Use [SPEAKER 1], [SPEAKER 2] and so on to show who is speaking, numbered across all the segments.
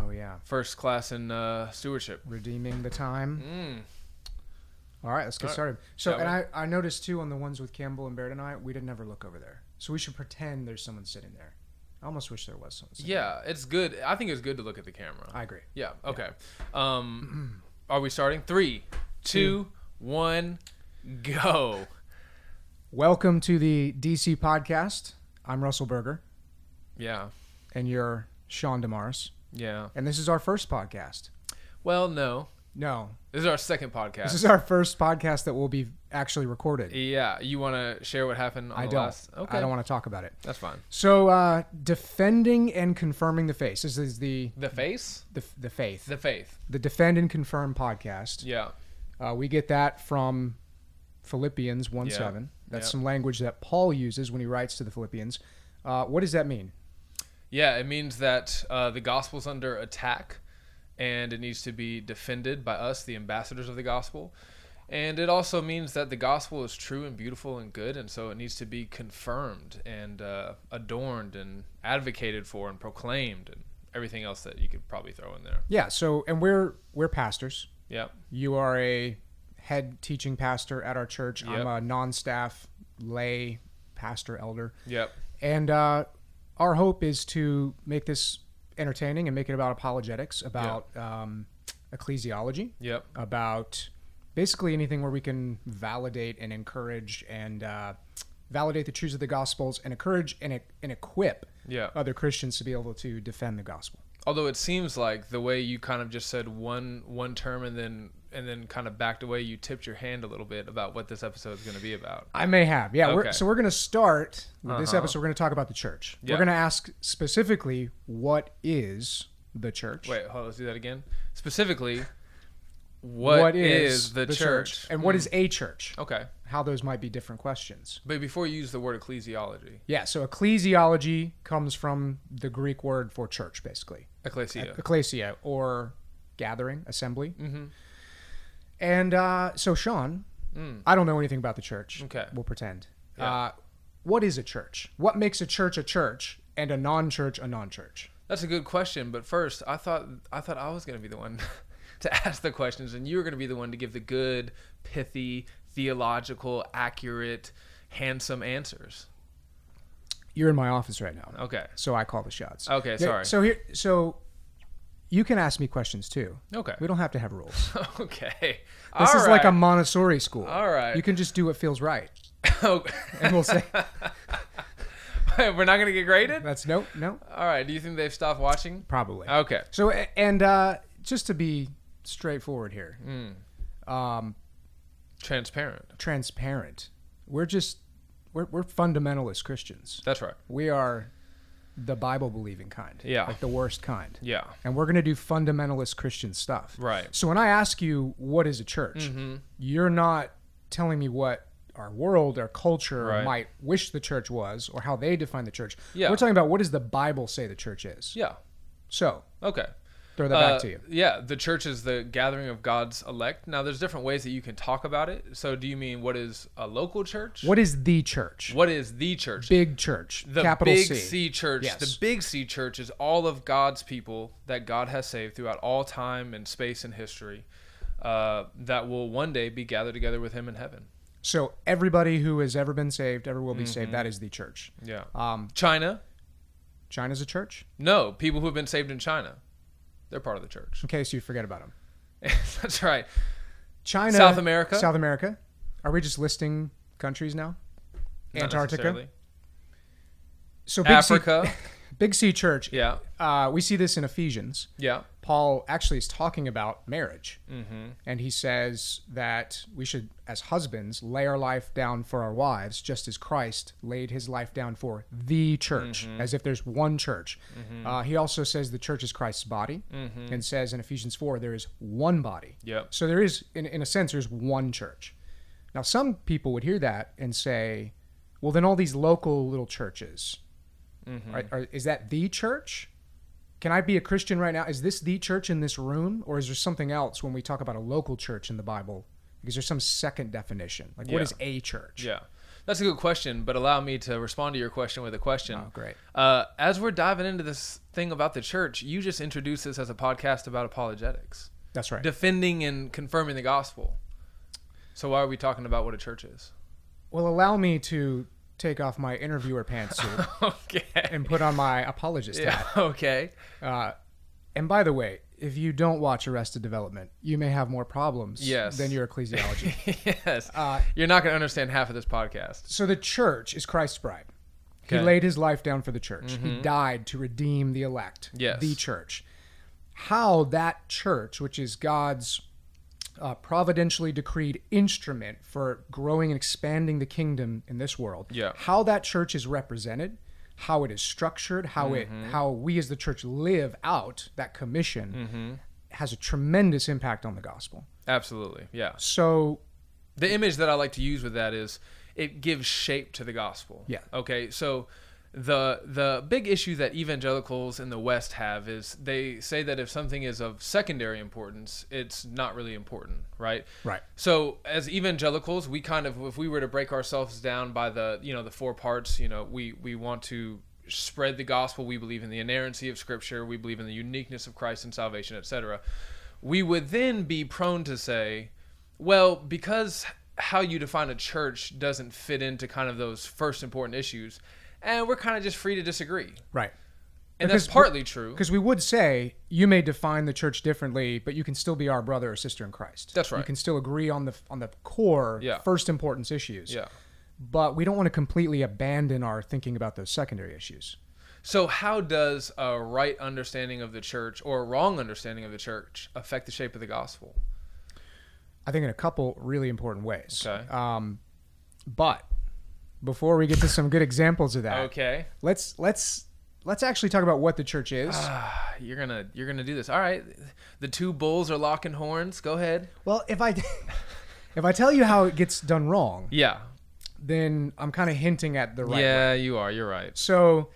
[SPEAKER 1] time.
[SPEAKER 2] First class in uh, stewardship.
[SPEAKER 1] Oh, Redeeming the time.
[SPEAKER 2] Mm.
[SPEAKER 1] All right, let's get
[SPEAKER 2] Mm-hmm. All
[SPEAKER 1] started.
[SPEAKER 2] right.
[SPEAKER 1] So,
[SPEAKER 2] Yeah,
[SPEAKER 1] and I, I noticed too on the ones with Campbell and Baird and I, we didn't ever look over there. So we should pretend there's someone sitting there. I almost wish there was someone. Sitting
[SPEAKER 2] Yeah, it's good. I think it's good to look at the camera.
[SPEAKER 1] there. I agree.
[SPEAKER 2] Yeah. Okay. Um, are we starting? Three, two, one, go.
[SPEAKER 1] Welcome to the DC podcast. I'm Russell Berger,
[SPEAKER 2] Yeah.
[SPEAKER 1] and you're Sean Demaris,
[SPEAKER 2] Yeah.
[SPEAKER 1] and this is our first podcast.
[SPEAKER 2] Well, no.
[SPEAKER 1] No,
[SPEAKER 2] This is our second podcast.
[SPEAKER 1] this is our first podcast that will be actually recorded.
[SPEAKER 2] yeah. You want to share what happened on
[SPEAKER 1] I
[SPEAKER 2] the
[SPEAKER 1] don't.
[SPEAKER 2] last? Okay.
[SPEAKER 1] I don't want to talk about it.
[SPEAKER 2] That's fine.
[SPEAKER 1] So, uh, defending and confirming the face. This is the
[SPEAKER 2] The face.
[SPEAKER 1] the, the faith,
[SPEAKER 2] The faith.
[SPEAKER 1] the defend and confirm podcast.
[SPEAKER 2] Yeah.
[SPEAKER 1] Uh, we get that from Philippians 1
[SPEAKER 2] Yeah.
[SPEAKER 1] 7. That's
[SPEAKER 2] Yeah.
[SPEAKER 1] some language that Paul uses when he writes to the Philippians. Uh, what does that mean?
[SPEAKER 2] Yeah. It means that uh, the gospel's under attack, and it needs to be defended by us, the ambassadors of the gospel. And it also means that the gospel is true and beautiful and good, and so it needs to be confirmed and uh, adorned and advocated for and proclaimed and everything else that you could probably throw in there.
[SPEAKER 1] Yeah, so, and we're, we're pastors.
[SPEAKER 2] Yeah.
[SPEAKER 1] You are a head teaching pastor at our church.
[SPEAKER 2] Yep.
[SPEAKER 1] I'm a non staff lay pastor elder.
[SPEAKER 2] Yep.
[SPEAKER 1] And uh, our hope is to make this entertaining and make it about apologetics, about um, ecclesiology,
[SPEAKER 2] Yep.
[SPEAKER 1] about basically anything where we can validate and encourage and uh, validate the truths of the gospels and encourage and, e, and equip
[SPEAKER 2] Yeah.
[SPEAKER 1] other Christians to be able to defend the gospel.
[SPEAKER 2] although it seems like the way you kind of just said one one term and then and then kind of backed away you tipped your hand a little bit about what this episode is going to be about
[SPEAKER 1] I may have. Yeah. We're,
[SPEAKER 2] Okay.
[SPEAKER 1] so we're going to start with this
[SPEAKER 2] Uh-huh.
[SPEAKER 1] episode. We're going to talk about the church.
[SPEAKER 2] Yeah.
[SPEAKER 1] We're going to ask specifically what is the church?
[SPEAKER 2] wait hold on let's do that again specifically what is, the, church, Hmm.
[SPEAKER 1] And what is a church?
[SPEAKER 2] okay
[SPEAKER 1] How those might be different questions.
[SPEAKER 2] but before you use the word ecclesiology
[SPEAKER 1] Yeah, so ecclesiology comes from the Greek word for church, basically.
[SPEAKER 2] ecclesia
[SPEAKER 1] Ecclesia or gathering, assembly.
[SPEAKER 2] Mhm.
[SPEAKER 1] And uh, so, Sean,
[SPEAKER 2] Mm.
[SPEAKER 1] I don't know anything about the church.
[SPEAKER 2] Okay.
[SPEAKER 1] We'll pretend.
[SPEAKER 2] Yeah.
[SPEAKER 1] Uh, what is a church? What makes a church a church and a non church a non church?
[SPEAKER 2] that's a good question but first i thought i thought i was going to be the one to ask the questions and you were going to be the one to give the good pithy theological accurate handsome answers
[SPEAKER 1] You're in my office right now,
[SPEAKER 2] okay
[SPEAKER 1] so I call the shots.
[SPEAKER 2] Okay,
[SPEAKER 1] Yeah,
[SPEAKER 2] sorry.
[SPEAKER 1] So, here, so you can ask me questions too.
[SPEAKER 2] okay
[SPEAKER 1] We don't have to have rules.
[SPEAKER 2] okay
[SPEAKER 1] This
[SPEAKER 2] All
[SPEAKER 1] is like
[SPEAKER 2] right.
[SPEAKER 1] a Montessori school.
[SPEAKER 2] All right.
[SPEAKER 1] You can just do what feels right.
[SPEAKER 2] Oh,
[SPEAKER 1] And we'll say,
[SPEAKER 2] we're not gonna get graded.
[SPEAKER 1] that's no, no,
[SPEAKER 2] All right. Do you think they've stopped watching?
[SPEAKER 1] probably.
[SPEAKER 2] Okay.
[SPEAKER 1] So, a- and uh, just to be straightforward here,
[SPEAKER 2] Mm.
[SPEAKER 1] um,
[SPEAKER 2] Transparent.
[SPEAKER 1] transparent, we're just we're, we're fundamentalist Christians.
[SPEAKER 2] That's right.
[SPEAKER 1] We are the Bible believing kind,
[SPEAKER 2] Yeah.
[SPEAKER 1] like the worst kind,
[SPEAKER 2] Yeah.
[SPEAKER 1] and we're gonna do fundamentalist Christian stuff.
[SPEAKER 2] Right. Mm-hmm.
[SPEAKER 1] So when I ask you what is a church, you're not telling me what our world, our culture
[SPEAKER 2] Right.
[SPEAKER 1] might wish the church was, or how they define the church.
[SPEAKER 2] Yeah.
[SPEAKER 1] We're talking about what does the Bible say the church is.
[SPEAKER 2] Yeah.
[SPEAKER 1] So
[SPEAKER 2] Okay.
[SPEAKER 1] throw that
[SPEAKER 2] Uh,
[SPEAKER 1] back to you.
[SPEAKER 2] Yeah. The church is the gathering of God's elect. Now, there's different ways that you can talk about it. So, do you mean what is a local church?
[SPEAKER 1] What is the church?
[SPEAKER 2] what is the church?
[SPEAKER 1] Big church.
[SPEAKER 2] the
[SPEAKER 1] capital
[SPEAKER 2] big
[SPEAKER 1] C.
[SPEAKER 2] C, church.
[SPEAKER 1] Yes.
[SPEAKER 2] The big C church is all of God's people that God has saved throughout all time and space and history, uh, that will one day be gathered together with Him in heaven.
[SPEAKER 1] So everybody who has ever been saved, ever will be
[SPEAKER 2] Mm-hmm.
[SPEAKER 1] saved. That is the church.
[SPEAKER 2] Yeah.
[SPEAKER 1] Um,
[SPEAKER 2] China,
[SPEAKER 1] China's a church.
[SPEAKER 2] No, people who have been saved in China. They're part of the church.
[SPEAKER 1] In case you forget about them,
[SPEAKER 2] That's right.
[SPEAKER 1] China,
[SPEAKER 2] South America?
[SPEAKER 1] South America. Are we just listing countries now?
[SPEAKER 2] Not
[SPEAKER 1] Antarctica.
[SPEAKER 2] necessarily.
[SPEAKER 1] So big
[SPEAKER 2] Africa.
[SPEAKER 1] C, big C church.
[SPEAKER 2] yeah.
[SPEAKER 1] Uh, we see this in Ephesians.
[SPEAKER 2] Yeah. Mm-hmm.
[SPEAKER 1] Paul actually is talking about marriage, and he says that we should, as husbands, lay our life down for our wives, just as Christ laid his life down for the church, as if there's one church. Uh, he also says the church is Christ's body, and says in Ephesians four there is one body.
[SPEAKER 2] Yep.
[SPEAKER 1] So there is, in, in a sense, there's one church. Now, some people would hear that and say, well, then all these local little churches,
[SPEAKER 2] Mm-hmm.
[SPEAKER 1] are, are, is that the church? Can I be a Christian right now? Is this the church in this room? Or is there something else when we talk about a local church in the Bible? Because there's some second definition. Like, what
[SPEAKER 2] Yeah.
[SPEAKER 1] is a church?
[SPEAKER 2] Yeah. That's a good question, but allow me to respond to your question with a question.
[SPEAKER 1] Oh, great.
[SPEAKER 2] Uh, as we're diving into this thing about the church, you just introduced this as a podcast about apologetics,
[SPEAKER 1] That's right.
[SPEAKER 2] defending and confirming the gospel. So why are we talking about what a church is?
[SPEAKER 1] well, allow me to take off my interviewer pantsuit
[SPEAKER 2] okay.
[SPEAKER 1] and put on my apologist hat.
[SPEAKER 2] Yeah. Okay.
[SPEAKER 1] Uh, and by the way, if you don't watch Arrested Development, you may have more problems
[SPEAKER 2] Yes.
[SPEAKER 1] than your ecclesiology.
[SPEAKER 2] yes.
[SPEAKER 1] Uh,
[SPEAKER 2] You're not going to understand half of this podcast.
[SPEAKER 1] so the church is Christ's bride. He
[SPEAKER 2] Okay. Mm-hmm.
[SPEAKER 1] laid his life down for the church. He died to redeem the elect,
[SPEAKER 2] Yes.
[SPEAKER 1] the church. How that church, which is God's uh, providentially decreed instrument for growing and expanding the kingdom in this world,
[SPEAKER 2] Yeah.
[SPEAKER 1] how that church is represented, how it is structured, how
[SPEAKER 2] Mm-hmm.
[SPEAKER 1] it how we as the church live out that commission
[SPEAKER 2] Mm-hmm.
[SPEAKER 1] has a tremendous impact on the gospel.
[SPEAKER 2] Absolutely. Yeah.
[SPEAKER 1] So
[SPEAKER 2] The image that I like to use with that is it gives shape to the gospel.
[SPEAKER 1] Yeah.
[SPEAKER 2] Okay. So the the big issue that evangelicals in the West have is they say that if something is of secondary importance, it's not really important, right?
[SPEAKER 1] Right.
[SPEAKER 2] So as evangelicals, we kind of if we were to break ourselves down by the you know the four parts, you know, we we want to spread the gospel, we believe in the inerrancy of scripture, we believe in the uniqueness of Christ and salvation, etc. We would then be prone to say, well, because how you define a church doesn't fit into kind of those first important issues, and we're kind of just free to disagree.
[SPEAKER 1] right.
[SPEAKER 2] And
[SPEAKER 1] Because-
[SPEAKER 2] that's partly true.
[SPEAKER 1] Because we would say you may define the church differently, but you can still be our brother or sister in Christ.
[SPEAKER 2] That's
[SPEAKER 1] You
[SPEAKER 2] right.
[SPEAKER 1] can still agree on the on the core
[SPEAKER 2] Yeah.
[SPEAKER 1] first importance issues.
[SPEAKER 2] Yeah.
[SPEAKER 1] But we don't want to completely abandon our thinking about those secondary issues.
[SPEAKER 2] So, how does a right understanding of the church or a wrong understanding of the church affect the shape of the gospel?
[SPEAKER 1] I think in a couple really important ways.
[SPEAKER 2] Okay.
[SPEAKER 1] Um, but before we get to some good examples of
[SPEAKER 2] Uh,
[SPEAKER 1] that,
[SPEAKER 2] Okay,
[SPEAKER 1] let's let's let's actually talk about what the church is.
[SPEAKER 2] Ah. you're gonna you're gonna do this. All right, the two bulls are locking horns. Go ahead.
[SPEAKER 1] well, if I if I tell you how it gets done wrong,
[SPEAKER 2] Yeah,
[SPEAKER 1] then I'm kind of hinting at the right. way.
[SPEAKER 2] yeah, you are. You're right.
[SPEAKER 1] So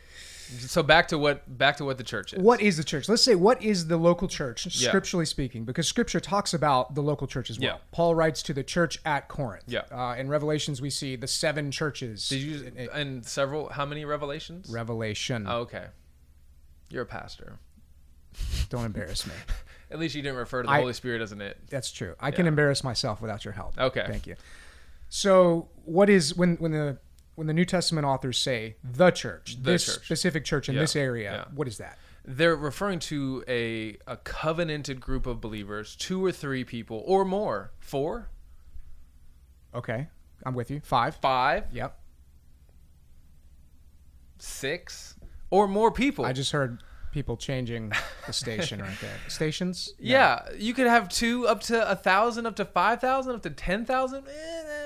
[SPEAKER 2] So back to what back to what the church is.
[SPEAKER 1] What is the church? Let's say what is the local church, scripturally speaking, because scripture talks about the local church as well.
[SPEAKER 2] Yeah.
[SPEAKER 1] Paul writes to the church at Corinth.
[SPEAKER 2] Yeah.
[SPEAKER 1] Uh, in Revelations, we see the seven churches.
[SPEAKER 2] Did you and several? How many revelations?
[SPEAKER 1] Revelation.
[SPEAKER 2] Oh, okay, you're a pastor.
[SPEAKER 1] Don't embarrass me.
[SPEAKER 2] At least you didn't refer to the
[SPEAKER 1] I-
[SPEAKER 2] Holy Spirit as an it.
[SPEAKER 1] That's true. I can embarrass myself without your help.
[SPEAKER 2] Okay.
[SPEAKER 1] Thank you. So, what is when when the when the New Testament authors say the church, this
[SPEAKER 2] church.
[SPEAKER 1] specific church in
[SPEAKER 2] Yeah.
[SPEAKER 1] this area,
[SPEAKER 2] Yeah.
[SPEAKER 1] what is that?
[SPEAKER 2] They're referring to a a covenanted group of believers, two or three people or more, four,
[SPEAKER 1] Okay, I'm with you. Five.
[SPEAKER 2] five,
[SPEAKER 1] Yep.
[SPEAKER 2] six, or more people.
[SPEAKER 1] I just heard people changing the station right there. Stations. No.
[SPEAKER 2] Yeah, you could have two up to a thousand, up to five thousand, up to ten thousand eh,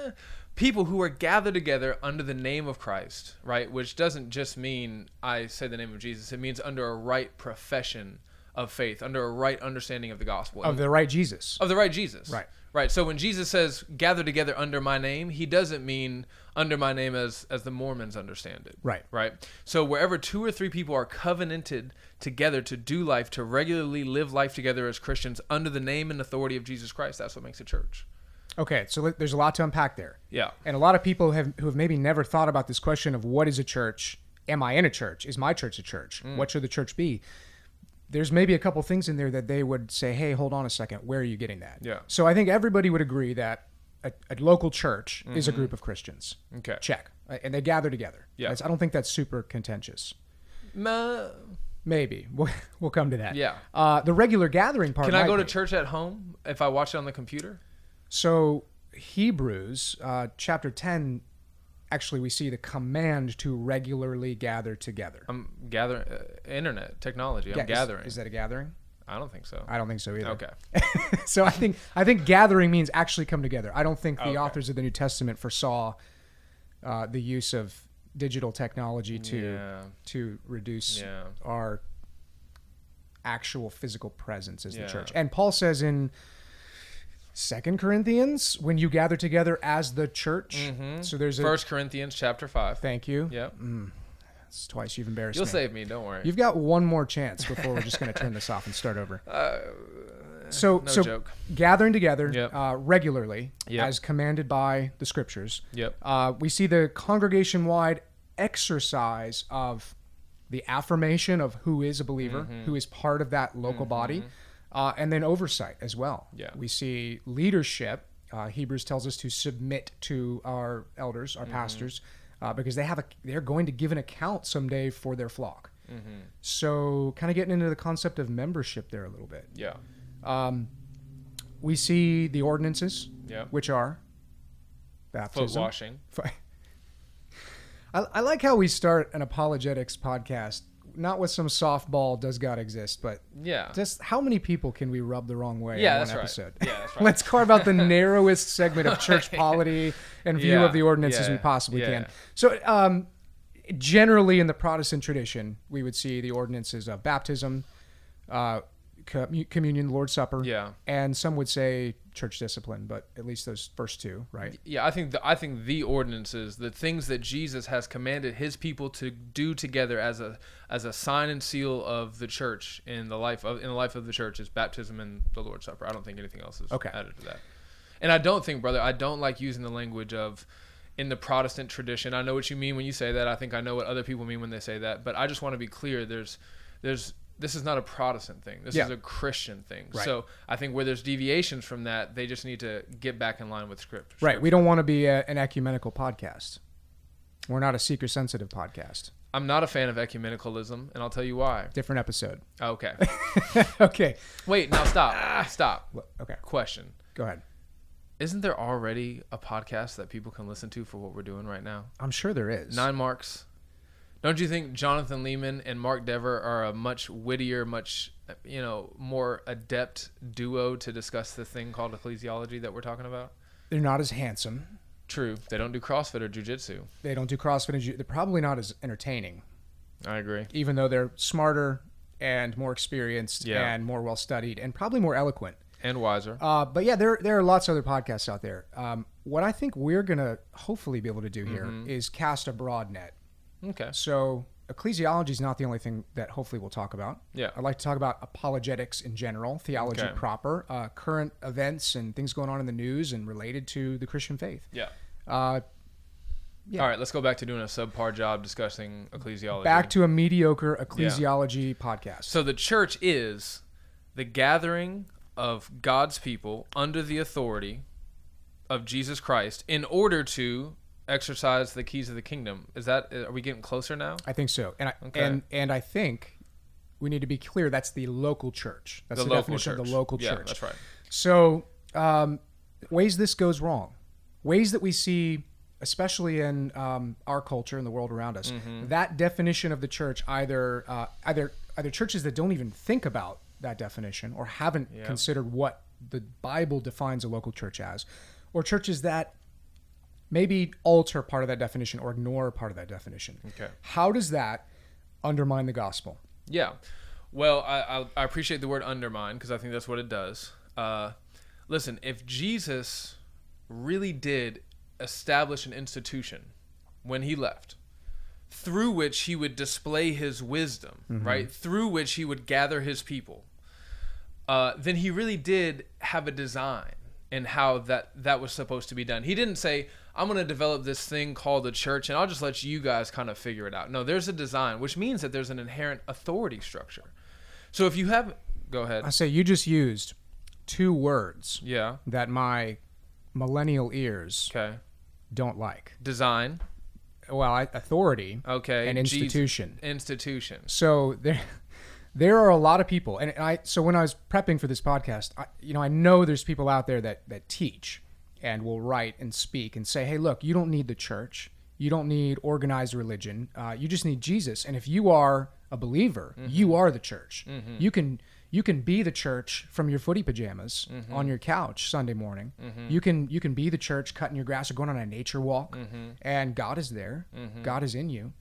[SPEAKER 2] eh, people who are gathered together under the name of Christ, right? Which doesn't just mean I say the name of Jesus. It means under a right profession of faith, under a right understanding of the gospel,
[SPEAKER 1] Of the right Jesus.
[SPEAKER 2] of the right Jesus.
[SPEAKER 1] Right.
[SPEAKER 2] Right. So when Jesus says gather together under my name, he doesn't mean under my name as as the Mormons understand it.
[SPEAKER 1] Right.
[SPEAKER 2] Right. So wherever two or three people are covenanted together to do life, to regularly live life together as Christians under the name and authority of Jesus Christ, that's what makes a church.
[SPEAKER 1] Okay, so let- there's a lot to unpack there.
[SPEAKER 2] Yeah.
[SPEAKER 1] And a lot of people have who have maybe never thought about this question of what is a church? Am I in a church? Is my church a church?
[SPEAKER 2] Mm.
[SPEAKER 1] What should the church be? There's maybe a couple things in there that they would say, "Hey, hold on a second. Where are you getting that?"
[SPEAKER 2] Yeah.
[SPEAKER 1] So I think everybody would agree that a, a local church is a group of Christians.
[SPEAKER 2] Okay.
[SPEAKER 1] Check. Uh, And they gather together.
[SPEAKER 2] Mm-hmm. Yeah.
[SPEAKER 1] That's- I don't think that's super contentious.
[SPEAKER 2] Ma-
[SPEAKER 1] Maybe we'll, we'll come to that.
[SPEAKER 2] Yeah.
[SPEAKER 1] Uh, the regular gathering part.
[SPEAKER 2] Can I
[SPEAKER 1] might
[SPEAKER 2] go to
[SPEAKER 1] be.
[SPEAKER 2] church at home if I watch it on the computer?
[SPEAKER 1] So Hebrews uh, chapter ten, actually, we see the command to regularly gather together.
[SPEAKER 2] I'm gathering uh, internet technology. I'm
[SPEAKER 1] Yeah, is-
[SPEAKER 2] gathering.
[SPEAKER 1] Is, that a gathering?
[SPEAKER 2] I don't think so.
[SPEAKER 1] I don't think so either.
[SPEAKER 2] Okay.
[SPEAKER 1] so I think I think gathering means actually come together. I don't think the authors of the New Testament foresaw uh, the use of digital technology to
[SPEAKER 2] Yeah.
[SPEAKER 1] to reduce
[SPEAKER 2] Yeah.
[SPEAKER 1] our actual physical presence as
[SPEAKER 2] Yeah.
[SPEAKER 1] the church. And Paul says in Second Corinthians, when you gather together as the church, so there's a
[SPEAKER 2] Mm-hmm. First Corinthians chapter five.
[SPEAKER 1] thank you.
[SPEAKER 2] Yep.
[SPEAKER 1] It's twice you've embarrassed
[SPEAKER 2] You'll
[SPEAKER 1] me.
[SPEAKER 2] save me. Don't worry.
[SPEAKER 1] You've got one more chance before we're just going to turn this off and start over. so
[SPEAKER 2] Uh, no
[SPEAKER 1] so
[SPEAKER 2] joke.
[SPEAKER 1] gathering together
[SPEAKER 2] Yep.
[SPEAKER 1] uh, regularly
[SPEAKER 2] Yep.
[SPEAKER 1] as commanded by the scriptures.
[SPEAKER 2] Yep.
[SPEAKER 1] Uh, we see the congregation-wide exercise of the affirmation of who is a believer, who is part of that local body, uh, and then oversight as well.
[SPEAKER 2] Yeah.
[SPEAKER 1] We see leadership. Uh, Hebrews tells us to submit to our elders, our pastors, uh, because they have a they're going to give an account someday for their flock. So, kind of getting into the concept of membership there a little bit
[SPEAKER 2] Yeah.
[SPEAKER 1] we see the ordinances,
[SPEAKER 2] Yeah.
[SPEAKER 1] which are
[SPEAKER 2] Foot
[SPEAKER 1] baptism.
[SPEAKER 2] washing.
[SPEAKER 1] Fo- I, I like how we start an apologetics podcast, not with some softball does God exist, but
[SPEAKER 2] Yeah.
[SPEAKER 1] just how many people can we rub the wrong way
[SPEAKER 2] Yeah,
[SPEAKER 1] in one
[SPEAKER 2] that's right.
[SPEAKER 1] episode?
[SPEAKER 2] Yeah, that's right.
[SPEAKER 1] Let's carve out the narrowest segment of church polity and view
[SPEAKER 2] Yeah,
[SPEAKER 1] of the ordinances
[SPEAKER 2] yeah,
[SPEAKER 1] we possibly
[SPEAKER 2] yeah.
[SPEAKER 1] can. So, um, generally in the Protestant tradition, we would see the ordinances of baptism, uh, commu- communion, Lord's Supper,
[SPEAKER 2] Yeah.
[SPEAKER 1] and some would say church discipline, but at least those first two, right?
[SPEAKER 2] Yeah, I think the I think the ordinances, the things that Jesus has commanded his people to do together as a as a sign and seal of the church in the life of in the life of the church is baptism and the Lord's Supper. I don't think anything else is
[SPEAKER 1] Okay.
[SPEAKER 2] added to that. And I don't think, brother, I don't like using the language of in the Protestant tradition. I know what you mean when you say that. I think I know what other people mean when they say that, but I just want to be clear there's there's this is not a Protestant thing. This
[SPEAKER 1] Yeah.
[SPEAKER 2] is a Christian thing.
[SPEAKER 1] Right.
[SPEAKER 2] So I think where there's deviations from that, they just need to get back in line with script.
[SPEAKER 1] Right. We don't want to be a, an ecumenical podcast. We're not a seeker sensitive podcast.
[SPEAKER 2] I'm not a fan of ecumenicalism, and I'll tell you why. Oh,
[SPEAKER 1] Different episode.
[SPEAKER 2] Okay.
[SPEAKER 1] okay.
[SPEAKER 2] Wait, now
[SPEAKER 1] Ah.
[SPEAKER 2] stop. Stop.
[SPEAKER 1] Well, Okay.
[SPEAKER 2] Question.
[SPEAKER 1] Go ahead.
[SPEAKER 2] Isn't there already a podcast that people can listen to for what we're doing right now?
[SPEAKER 1] I'm sure there is.
[SPEAKER 2] Nine Marks. Don't you think Jonathan Lehman and Mark Dever are a much wittier, much, you know, more adept duo to discuss this thing called ecclesiology that we're talking about?
[SPEAKER 1] They're not as handsome.
[SPEAKER 2] True. They don't do CrossFit or jujitsu.
[SPEAKER 1] They don't do CrossFit. And ju- they're probably not as entertaining,
[SPEAKER 2] I agree.
[SPEAKER 1] even though they're smarter and more experienced
[SPEAKER 2] Yeah.
[SPEAKER 1] and more well studied and probably more eloquent.
[SPEAKER 2] And wiser.
[SPEAKER 1] Uh, but yeah, there there are lots of other podcasts out there. Um, what I think we're gonna hopefully be able to do here is cast a broad net.
[SPEAKER 2] Okay.
[SPEAKER 1] So ecclesiology is not the only thing that hopefully we'll talk about.
[SPEAKER 2] Yeah.
[SPEAKER 1] I'd like to talk about apologetics in general, theology
[SPEAKER 2] Okay.
[SPEAKER 1] proper, uh, current events and things going on in the news and related to the Christian faith.
[SPEAKER 2] Yeah.
[SPEAKER 1] Uh, Yeah.
[SPEAKER 2] All right, let's go back to doing a subpar job discussing ecclesiology.
[SPEAKER 1] back to a mediocre ecclesiology podcast.
[SPEAKER 2] So the church is the gathering of God's people under the authority of Jesus Christ in order to exercise the keys of the kingdom. Is that are we getting closer now?
[SPEAKER 1] I think so, and I,
[SPEAKER 2] Okay.
[SPEAKER 1] and and I think we need to be clear. That's the local church. That's the, definition of the local
[SPEAKER 2] yeah,
[SPEAKER 1] church.
[SPEAKER 2] That's right.
[SPEAKER 1] So, um, ways this goes wrong, ways that we see, especially in um, our culture and the world around us,
[SPEAKER 2] Mm-hmm.
[SPEAKER 1] that definition of the church either uh, either either churches that don't even think about that definition or haven't
[SPEAKER 2] Yeah.
[SPEAKER 1] considered what the Bible defines a local church as, or churches that maybe alter part of that definition or ignore part of that definition.
[SPEAKER 2] Okay.
[SPEAKER 1] How does that undermine the gospel?
[SPEAKER 2] Yeah. Well, I, I, I appreciate the word undermine because I think that's what it does. Uh, listen, if Jesus really did establish an institution when he left, through which he would display his wisdom,
[SPEAKER 1] Mm-hmm.
[SPEAKER 2] right? Through which he would gather his people, uh, then he really did have a design in how that that was supposed to be done. He didn't say, "I'm going to develop this thing called the church, and I'll just let you guys kind of figure it out." No, there's a design, which means that there's an inherent authority structure. So if you have, go ahead.
[SPEAKER 1] I say you just used two words
[SPEAKER 2] Yeah.
[SPEAKER 1] that my millennial ears
[SPEAKER 2] Okay.
[SPEAKER 1] don't like.
[SPEAKER 2] Design.
[SPEAKER 1] Well, I, authority
[SPEAKER 2] Okay.
[SPEAKER 1] and
[SPEAKER 2] Uh, Jesus-
[SPEAKER 1] institution.
[SPEAKER 2] Institution.
[SPEAKER 1] So there, there are a lot of people, and I. So when I was prepping for this podcast, I, you know, I know there's people out there that that teach and will write and speak and say, "Hey, look, you don't need the church, you don't need organized religion, uh, you just need Jesus." And if you are a believer, you are the church. You can you can be the church from your footy pajamas on your couch Sunday morning. You can you can be the church cutting your grass or going on a nature walk, and God is there. God is in you.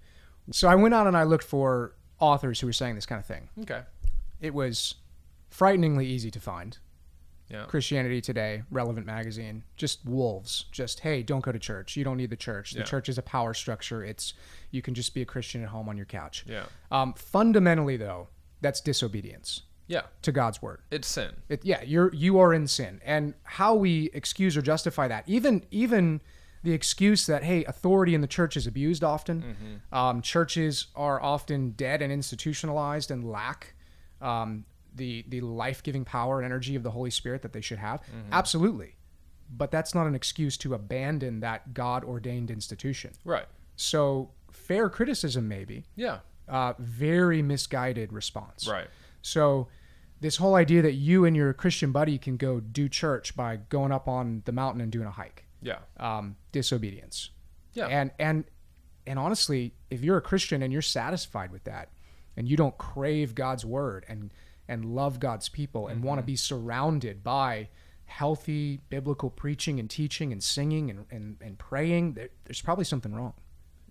[SPEAKER 1] So I went out and I looked for authors who were saying this kind of thing.
[SPEAKER 2] Okay.
[SPEAKER 1] It was frighteningly easy to find.
[SPEAKER 2] Yeah.
[SPEAKER 1] Christianity Today, Relevant Magazine, just wolves. Just hey, don't go to church. You don't need the church. The
[SPEAKER 2] Yeah.
[SPEAKER 1] church is a power structure. It's you can just be a Christian at home on your couch.
[SPEAKER 2] Yeah.
[SPEAKER 1] Um, fundamentally, though, that's disobedience.
[SPEAKER 2] Yeah,
[SPEAKER 1] to God's word.
[SPEAKER 2] it's sin.
[SPEAKER 1] It, yeah, you're you are in sin, and how we excuse or justify that, even even the excuse that hey, authority in the church is abused often. Um, churches are often dead and institutionalized and lack um, the the life giving power and energy of the Holy Spirit that they should have. Absolutely, but that's not an excuse to abandon that God ordained institution.
[SPEAKER 2] Right.
[SPEAKER 1] So fair criticism, maybe,
[SPEAKER 2] Yeah.
[SPEAKER 1] uh, very misguided response.
[SPEAKER 2] Right.
[SPEAKER 1] So, this whole idea that you and your Christian buddy can go do church by going up on the mountain and doing a hike,
[SPEAKER 2] Yeah.
[SPEAKER 1] um, disobedience.
[SPEAKER 2] Yeah.
[SPEAKER 1] And and and honestly, if you're a Christian and you're satisfied with that, and you don't crave God's word and and love God's people and want to be surrounded by healthy biblical preaching and teaching and singing and, and, and praying, there, there's probably something wrong.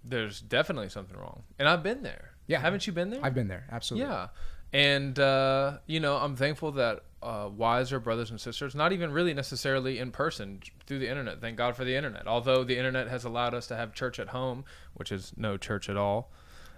[SPEAKER 2] There's definitely something wrong, and I've been there.
[SPEAKER 1] Yeah.
[SPEAKER 2] Haven't you been there?
[SPEAKER 1] I've been there, absolutely.
[SPEAKER 2] Yeah. And, uh, you know, I'm thankful that uh, wiser brothers and sisters, not even really necessarily in person, j- through the internet. Thank God for the internet. Although the internet has allowed us to have church at home, which is no church at all,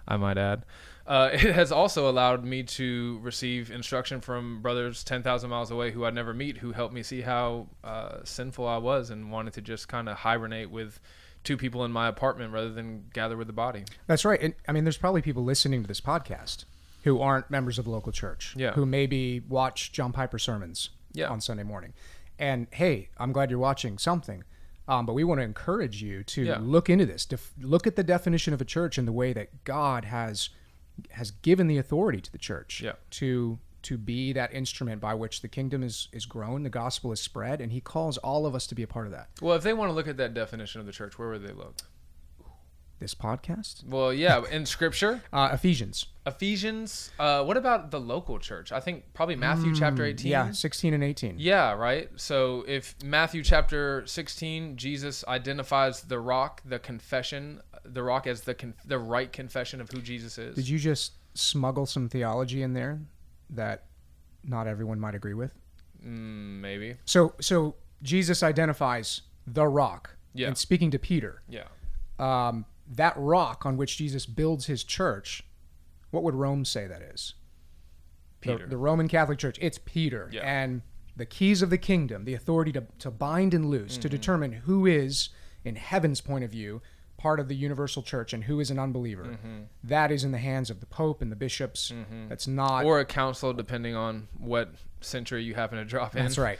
[SPEAKER 2] I might add. Uh, it has also allowed me to receive instruction from brothers 10,000 miles away who I'd never meet, who helped me see how uh, sinful I was and wanted to just kind of hibernate with two people in my apartment rather than gather with the body.
[SPEAKER 1] That's right. And I mean, there's probably people listening to this podcast who aren't members of a local church,
[SPEAKER 2] Yeah.
[SPEAKER 1] who maybe watch John Piper sermons
[SPEAKER 2] Yeah.
[SPEAKER 1] on Sunday morning. And hey, I'm glad you're watching something. Um, but we want to encourage you to
[SPEAKER 2] Yeah.
[SPEAKER 1] look into this. Def- look at the definition of a church and the way that God has has given the authority to the church
[SPEAKER 2] Yeah.
[SPEAKER 1] to to be that instrument by which the kingdom is is grown, the gospel is spread, and He calls all of us to be a part of that.
[SPEAKER 2] Well, if they want to look at that definition of the church, where would they look?
[SPEAKER 1] This podcast,
[SPEAKER 2] Well, yeah, in scripture,
[SPEAKER 1] uh, Ephesians,
[SPEAKER 2] Ephesians. Uh, what about the local church? I think probably Matthew chapter 18.
[SPEAKER 1] Mm, yeah, sixteen and eighteen.
[SPEAKER 2] Yeah, right. So if Matthew chapter 16, Jesus identifies the rock, the confession, the rock as the con- the right confession of who Jesus is.
[SPEAKER 1] Did you just smuggle some theology in there that not everyone might agree with?
[SPEAKER 2] mm, maybe.
[SPEAKER 1] So, so Jesus identifies the rock.
[SPEAKER 2] Yeah.
[SPEAKER 1] And speaking to Peter,
[SPEAKER 2] Yeah.
[SPEAKER 1] um, that rock on which Jesus builds his church, what would Rome say that is? The-
[SPEAKER 2] Peter.
[SPEAKER 1] The, Roman Catholic Church. It's Peter.
[SPEAKER 2] Yeah.
[SPEAKER 1] And the keys of the kingdom, the authority to, to bind and loose, to
[SPEAKER 2] Mm-hmm.
[SPEAKER 1] determine who is, in heaven's point of view, part of the universal church and who is an unbeliever.
[SPEAKER 2] Mm-hmm.
[SPEAKER 1] That is in the hands of the Pope and the bishops. That's not
[SPEAKER 2] Or a council, depending on what century you happen to drop in.
[SPEAKER 1] That's right.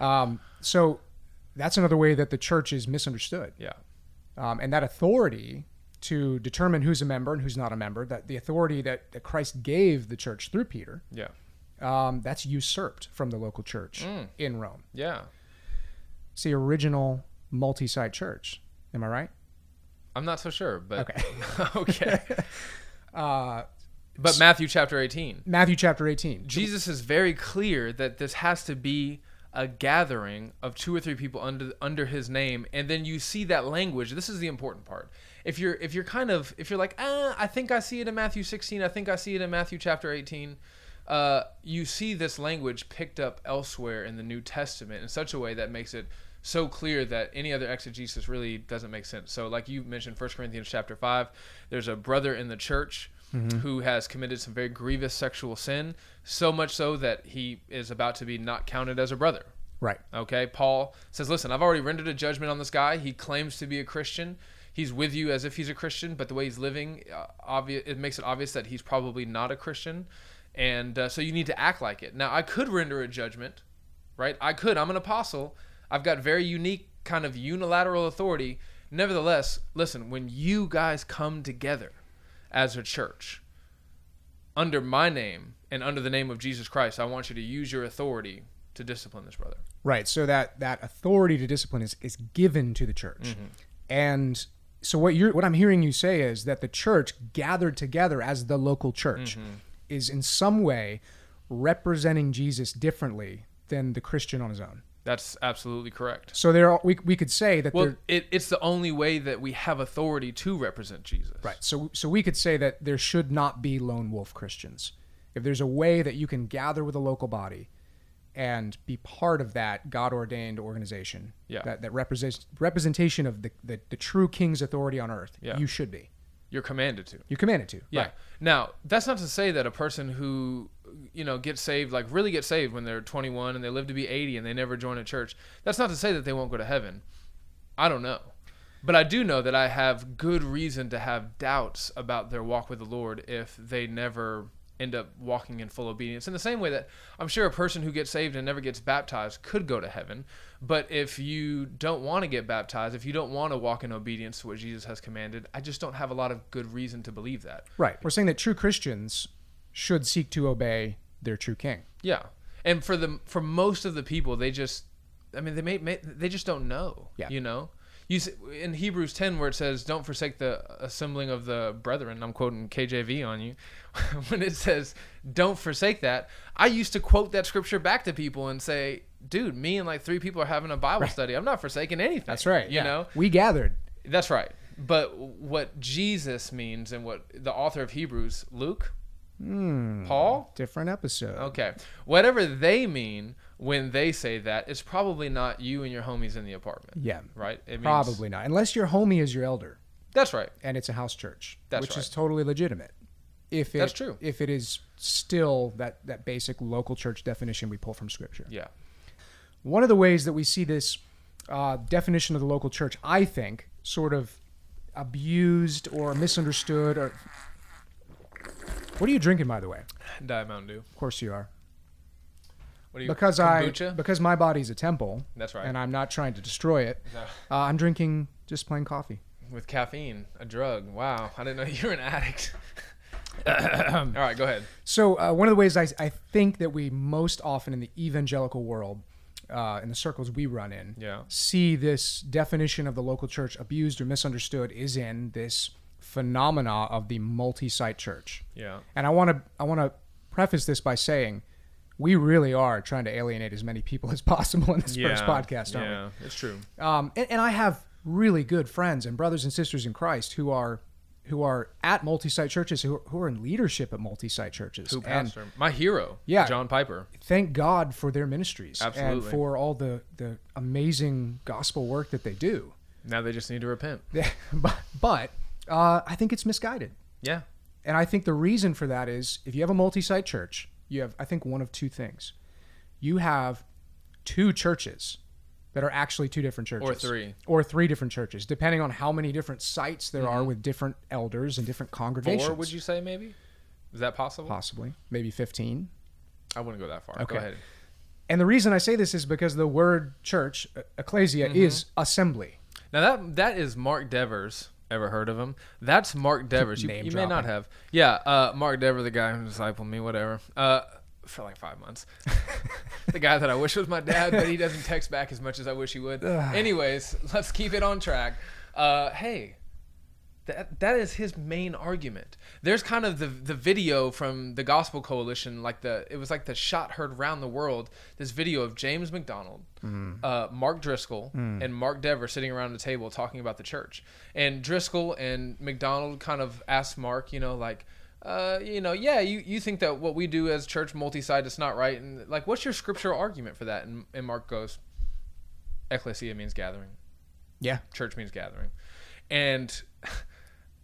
[SPEAKER 1] Um, so that's another way that the church is misunderstood.
[SPEAKER 2] Yeah.
[SPEAKER 1] Um, and that authority to determine who's a member and who's not a member, that the authority that, that Christ gave the church through Peter,
[SPEAKER 2] Yeah.
[SPEAKER 1] um, that's usurped from the local church
[SPEAKER 2] Mm.
[SPEAKER 1] in Rome.
[SPEAKER 2] Yeah.
[SPEAKER 1] It's the original multi site church. Am I right?
[SPEAKER 2] I'm not so sure, but
[SPEAKER 1] Okay.
[SPEAKER 2] okay.
[SPEAKER 1] Uh,
[SPEAKER 2] But Matthew chapter 18.
[SPEAKER 1] Matthew chapter 18.
[SPEAKER 2] Jesus is very clear that this has to be a gathering of two or three people under under his name and then you see that language this is the important part if you're if you're kind of if you're like ah i think i see it in matthew 16 i think i see it in matthew chapter 18 uh, you see this language picked up elsewhere in the new testament in such a way that makes it so clear that any other exegesis really doesn't make sense so like you mentioned 1 corinthians chapter 5 there's a brother in the church who has committed some very grievous sexual sin, so much so that he is about to be not counted as a brother.
[SPEAKER 1] Right.
[SPEAKER 2] Okay, Paul says, Listen, I've already rendered a judgment on this guy. He claims to be a Christian. He's with you as if he's a Christian, but the way he's living, uh, obvious, it makes it obvious that he's probably not a Christian. And uh, so you need to act like it. Now, I could render a judgment, right? I could. I'm an apostle. I've got very unique kind of unilateral authority. Nevertheless, listen, when you guys come together as a church, under my name and under the name of Jesus Christ, I want you to use your authority to discipline this brother.
[SPEAKER 1] Right. So that that authority to discipline is is given to the church, and so what you're what I'm hearing you say is that the church gathered together as the local church is in some way representing Jesus differently than the Christian on his own.
[SPEAKER 2] That's absolutely correct.
[SPEAKER 1] So there are, we we could say that
[SPEAKER 2] Well,
[SPEAKER 1] there.
[SPEAKER 2] it, it's the only way that we have authority to represent Jesus.
[SPEAKER 1] Right. So so we could say that there should not be lone wolf Christians. If there's a way that you can gather with a local body and be part of that God ordained organization,
[SPEAKER 2] Yeah.
[SPEAKER 1] that, that represents representation of the, the, the true king's authority on earth,
[SPEAKER 2] Yeah.
[SPEAKER 1] you should be.
[SPEAKER 2] You're commanded to.
[SPEAKER 1] You're commanded to.
[SPEAKER 2] Yeah.
[SPEAKER 1] Right.
[SPEAKER 2] Now, that's not to say that a person who you know, get saved, like really get saved when they're 21 and they live to be 80 and they never join a church. That's not to say that they won't go to heaven. I don't know. But I do know that I have good reason to have doubts about their walk with the Lord if they never end up walking in full obedience. In the same way that I'm sure a person who gets saved and never gets baptized could go to heaven, but if you don't want to get baptized, if you don't want to walk in obedience to what Jesus has commanded, I just don't have a lot of good reason to believe that.
[SPEAKER 1] Right. We're saying that true Christians should seek to obey their true king.
[SPEAKER 2] Yeah. And for the for most of the people, they just I mean they may, may they just don't know,
[SPEAKER 1] Yeah.
[SPEAKER 2] you know. You s- in Hebrews 10 where it says don't forsake the assembling of the brethren. I'm quoting KJV on you. when it says don't forsake that, I used to quote that scripture back to people and say, "Dude, me and like three people are having a Bible study. I'm not forsaking anything."
[SPEAKER 1] That's right.
[SPEAKER 2] You
[SPEAKER 1] yeah.
[SPEAKER 2] know?
[SPEAKER 1] we gathered.
[SPEAKER 2] That's right. But what Jesus means and what the author of Hebrews, Luke,
[SPEAKER 1] Hmm.
[SPEAKER 2] Paul,
[SPEAKER 1] Different episode.
[SPEAKER 2] Okay. Whatever they mean when they say that, it's probably not you and your homies in the apartment,
[SPEAKER 1] Yeah.
[SPEAKER 2] right? It means-
[SPEAKER 1] Probably not, unless your homie is your elder
[SPEAKER 2] That's right.
[SPEAKER 1] and it's a house church,
[SPEAKER 2] That's
[SPEAKER 1] which
[SPEAKER 2] right.
[SPEAKER 1] is totally legitimate. If it,
[SPEAKER 2] That's true.
[SPEAKER 1] If it is still that that basic local church definition we pull from Scripture.
[SPEAKER 2] Yeah.
[SPEAKER 1] One of the ways that we see this uh, definition of the local church, I think, sort of abused or misunderstood. Or what are you drinking, by the way?
[SPEAKER 2] Diet Mountain Dew.
[SPEAKER 1] Of course you are,
[SPEAKER 2] What do you
[SPEAKER 1] because I
[SPEAKER 2] kombucha?
[SPEAKER 1] because my body's a temple,
[SPEAKER 2] That's right.
[SPEAKER 1] and I'm not trying to destroy it.
[SPEAKER 2] No.
[SPEAKER 1] Uh, I'm drinking just plain coffee.
[SPEAKER 2] With caffeine, a drug. Wow. I didn't know you were an addict. All right, go ahead.
[SPEAKER 1] So uh, one of the ways I, I think that we most often in the evangelical world, uh, in the circles we run in,
[SPEAKER 2] Yeah.
[SPEAKER 1] see this definition of the local church abused or misunderstood is in this phenomena of the multi-site church.
[SPEAKER 2] Yeah.
[SPEAKER 1] And I want to I want to preface this by saying we really are trying to alienate as many people as possible in this first podcast, aren't
[SPEAKER 2] Yeah, it's true.
[SPEAKER 1] we? Um, and, and I have really good friends and brothers and sisters in Christ who are who are at multi-site churches who are, who are in leadership at multi-site churches
[SPEAKER 2] Who
[SPEAKER 1] And-
[SPEAKER 2] pastor? My hero.
[SPEAKER 1] Yeah.
[SPEAKER 2] John Piper.
[SPEAKER 1] thank God for their ministries and
[SPEAKER 2] Absolutely.
[SPEAKER 1] for all the, the amazing gospel work that they do.
[SPEAKER 2] Now they just need to repent.
[SPEAKER 1] but but uh, I think it's misguided.
[SPEAKER 2] Yeah.
[SPEAKER 1] And I think the reason for that is if you have a multi site church, you have, I think, one of two things. You have two churches that are actually two different churches,
[SPEAKER 2] Or three.
[SPEAKER 1] or three different churches, depending on how many different sites there are with different elders and different congregations.
[SPEAKER 2] Mm-hmm. Four, would you say maybe? Is that possible?
[SPEAKER 1] Possibly, maybe 15.
[SPEAKER 2] I wouldn't go that far.
[SPEAKER 1] Okay.
[SPEAKER 2] Go ahead.
[SPEAKER 1] And the reason I say this is because the word church, e- ecclesia,
[SPEAKER 2] Mm-hmm.
[SPEAKER 1] is assembly.
[SPEAKER 2] Now that that is Mark Devers. Ever heard of him? That's Mark Devers. You,
[SPEAKER 1] Name
[SPEAKER 2] you may not
[SPEAKER 1] dropping.
[SPEAKER 2] have. Yeah, uh, Mark Dever, the guy who discipled me, whatever, uh, for like five months. the guy that I wish was my dad, but he doesn't text back as much as I wish he would. Anyways, let's keep it on track. Uh, hey, that that is his main argument. There's kind of the the video from the Gospel Coalition, like the it was like the shot heard round the world. This video of James McDonald, uh, Mark Driscoll, and Mark Dever sitting around a table talking about the church. And Driscoll and McDonald kind of asked Mark, you know, like. Uh, you know, yeah, you, you think that what we do as church multi-site is not right, and like, what's your scriptural argument for that? And, and Mark goes, "Ecclesia means gathering."
[SPEAKER 1] Yeah.
[SPEAKER 2] church means gathering and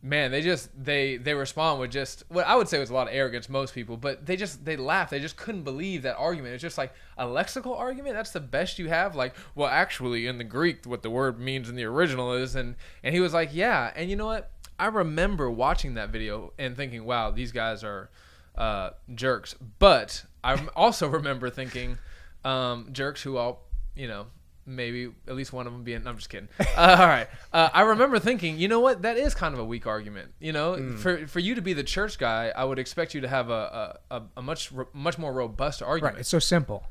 [SPEAKER 2] man they just they they respond with just what i would say was a lot of arrogance most people but they just they laughed they just couldn't believe that argument it's just like a lexical argument that's the best you have like well actually in the greek what the word means in the original is and and he was like yeah and you know what i remember watching that video and thinking wow these guys are uh, jerks but i also remember thinking um, jerks who all you know maybe at least one of them being i'm just kidding uh, all right uh, i remember thinking you know what that is kind of a weak argument you know for for you to be the church guy i would expect you to have a a, a, a much ro- much more robust argument
[SPEAKER 1] Right. It's so simple.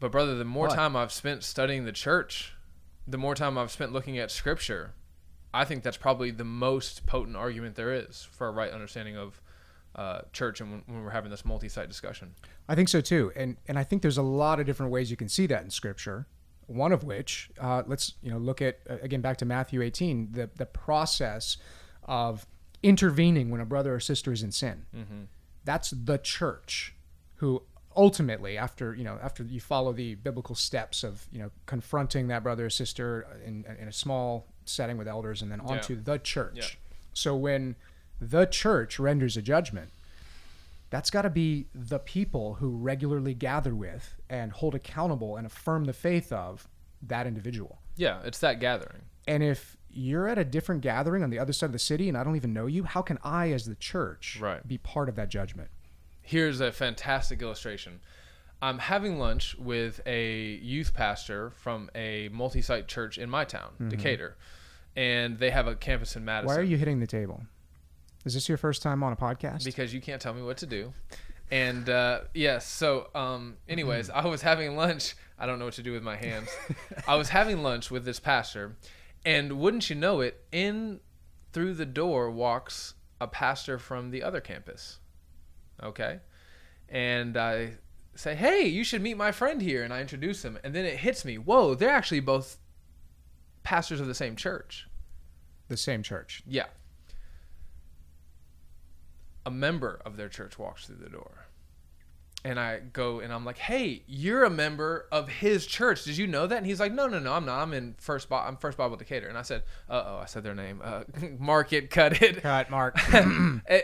[SPEAKER 2] but brother the more
[SPEAKER 1] What?
[SPEAKER 2] time i've spent studying the church the more time i've spent looking at scripture i think that's probably the most potent argument there is for a right understanding of uh, church and when, when we're having this multi-site discussion
[SPEAKER 1] I think so too, and and I think there's a lot of different ways you can see that in Scripture. One of which, uh, let's you know, look at uh, again back to Matthew 18, the the process of intervening when a brother or sister is in sin. That's the church who ultimately, after you know, after you follow the biblical steps of you know confronting that brother or sister in in a small setting with elders, and then onto the church.
[SPEAKER 2] Yeah.
[SPEAKER 1] So when the church renders a judgment that's got to be the people who regularly gather with and hold accountable and affirm the faith of that individual.
[SPEAKER 2] Yeah, it's that gathering.
[SPEAKER 1] And if you're at a different gathering on the other side of the city and I don't even know you, how can I, as the church,
[SPEAKER 2] Right.
[SPEAKER 1] be part of that judgment?
[SPEAKER 2] Here's a fantastic illustration. I'm having lunch with a youth pastor from a multi site church in my town, Decatur, and they have a campus in Madison.
[SPEAKER 1] Mm-hmm. Why are you hitting the table? Is this your first time on a podcast?
[SPEAKER 2] because you can't tell me what to do. And uh, yes, so um, anyways, I was having lunch. I don't know what to do with my hands. I was having lunch with this pastor, and wouldn't you know it, in through the door walks a pastor from the other campus. Okay, and I say, "Hey, you should meet my friend here," and I introduce him, and then it hits me, "Whoa, they're actually both pastors of the same church."
[SPEAKER 1] the same church.
[SPEAKER 2] Yeah. A member of their church walks through the door. And I go and I'm like, "Hey, you're a member of his church. Did you know that?" And he's like, "No, no, no, I'm not. I'm in First. Bi- I'm First Bible Decatur." And I said, "Uh oh, I said their name. Uh, mark it, cut it,
[SPEAKER 1] Cut, Mark.
[SPEAKER 2] Eh,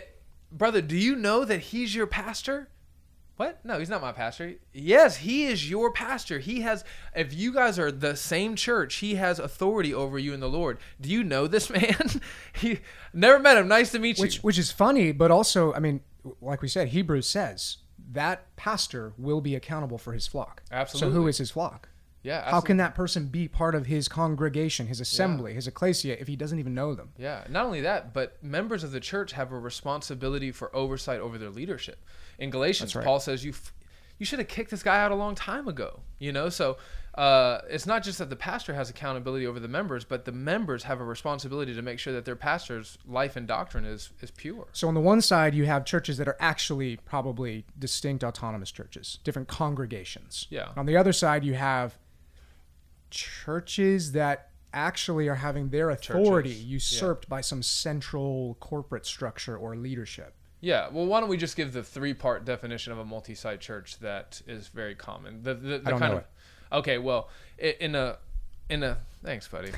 [SPEAKER 2] brother, do you know that he's your pastor? What? No, he's not my pastor. Yes, he is your pastor. He has, if you guys are the same church, he has authority over you in the Lord. Do you know this man? he never met him. Nice to meet
[SPEAKER 1] which
[SPEAKER 2] you.
[SPEAKER 1] which is funny, but also, I mean, like we said, Hebrews says that pastor will be accountable for his flock. So who
[SPEAKER 2] Absolutely.
[SPEAKER 1] is his flock?
[SPEAKER 2] Yeah.
[SPEAKER 1] How
[SPEAKER 2] absolutely.
[SPEAKER 1] can that person be part of his congregation, his assembly, his ecclesia if he doesn't even know them?
[SPEAKER 2] Yeah. Not only that, but members of the church have a responsibility for oversight over their leadership. In Galatians,
[SPEAKER 1] That's right.
[SPEAKER 2] Paul says you f- you should have kicked this guy out a long time ago. You know, so uh, it's not just that the pastor has accountability over the members, but the members have a responsibility to make sure that their pastor's life and doctrine is is pure.
[SPEAKER 1] So on the one side, you have churches that are actually probably distinct autonomous churches, different congregations.
[SPEAKER 2] Yeah.
[SPEAKER 1] On the other side, you have churches that actually are having their authority
[SPEAKER 2] Churches, yeah.
[SPEAKER 1] usurped by some central corporate structure or leadership.
[SPEAKER 2] Yeah. Well, why don't we just give the three part definition of a multi site church that is very common? The, the, the
[SPEAKER 1] don't
[SPEAKER 2] kind
[SPEAKER 1] know
[SPEAKER 2] of okay. Well, i- in a in a thanks, buddy.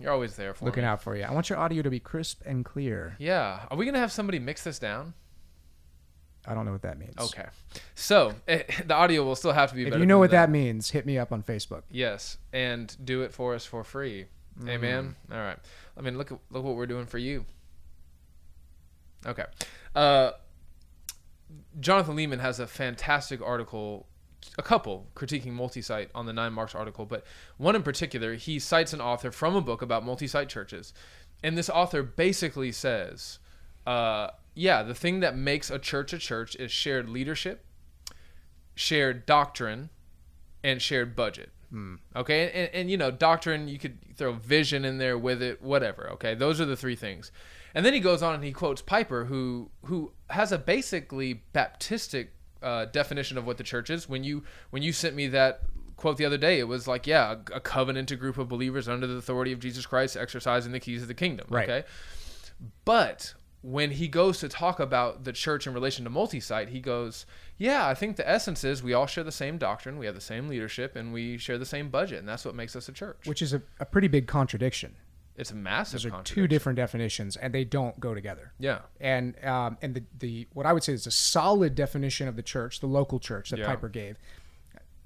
[SPEAKER 2] You're always there for
[SPEAKER 1] Looking
[SPEAKER 2] me.
[SPEAKER 1] out for you. I want your audio to be crisp and clear.
[SPEAKER 2] Yeah. Are we gonna have somebody mix this down?
[SPEAKER 1] I don't know what that means.
[SPEAKER 2] Okay. So eh, the audio will still have to be.
[SPEAKER 1] If
[SPEAKER 2] better
[SPEAKER 1] you know
[SPEAKER 2] than
[SPEAKER 1] what that means, hit me up on Facebook.
[SPEAKER 2] Yes, and do it for us for free. Amen. All right. I mean, look at- look what we're doing for you. Okay. Uh, Jonathan Lehman has a fantastic article, a couple critiquing multi-site on the Nine Marks article, but one in particular, he cites an author from a book about multi-site churches, and this author basically says, uh, yeah, the thing that makes a church a church is shared leadership, shared doctrine, and shared budget. Okay, and, and, and you know, doctrine, you could throw vision in there with it, whatever. Okay, those are the three things. And then he goes on and he quotes Piper, who who has a basically Baptistic uh, definition of what the church is. When you when you sent me that quote the other day, it was like, yeah, a, a covenanted group of believers under the authority of Jesus Christ, exercising the keys of the kingdom.
[SPEAKER 1] Right.
[SPEAKER 2] Okay, but when he goes to talk about the church in relation to multi site, he goes, Yeah, I think the essence is we all share the same doctrine, we have the same leadership, and we share the same budget, and that's what makes us a church.
[SPEAKER 1] Which is a, a pretty big contradiction.
[SPEAKER 2] It's a massive
[SPEAKER 1] Those are
[SPEAKER 2] contradiction.
[SPEAKER 1] two different definitions, and they don't go together.
[SPEAKER 2] Yeah.
[SPEAKER 1] And um, and the, the what I would say is a solid definition of the church, the local church that
[SPEAKER 2] Yeah.
[SPEAKER 1] Piper gave.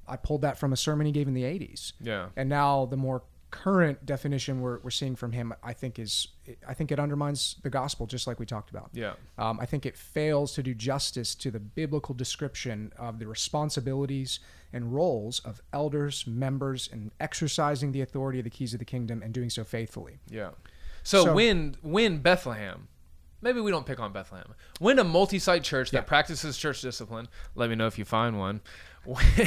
[SPEAKER 1] I pulled that from a sermon he gave in the '80s.
[SPEAKER 2] Yeah.
[SPEAKER 1] And now the more current definition we're, we're seeing from him, I think is I think it undermines the gospel, just like we talked about.
[SPEAKER 2] Yeah.
[SPEAKER 1] Um, I think it fails to do justice to the biblical description of the responsibilities and roles of elders, members, and exercising the authority of the keys of the kingdom and doing so faithfully.
[SPEAKER 2] Yeah. So,
[SPEAKER 1] So-
[SPEAKER 2] when when Bethlehem, maybe we don't pick on Bethlehem. When a multi-site church that practices church discipline, let me know if you find one. When,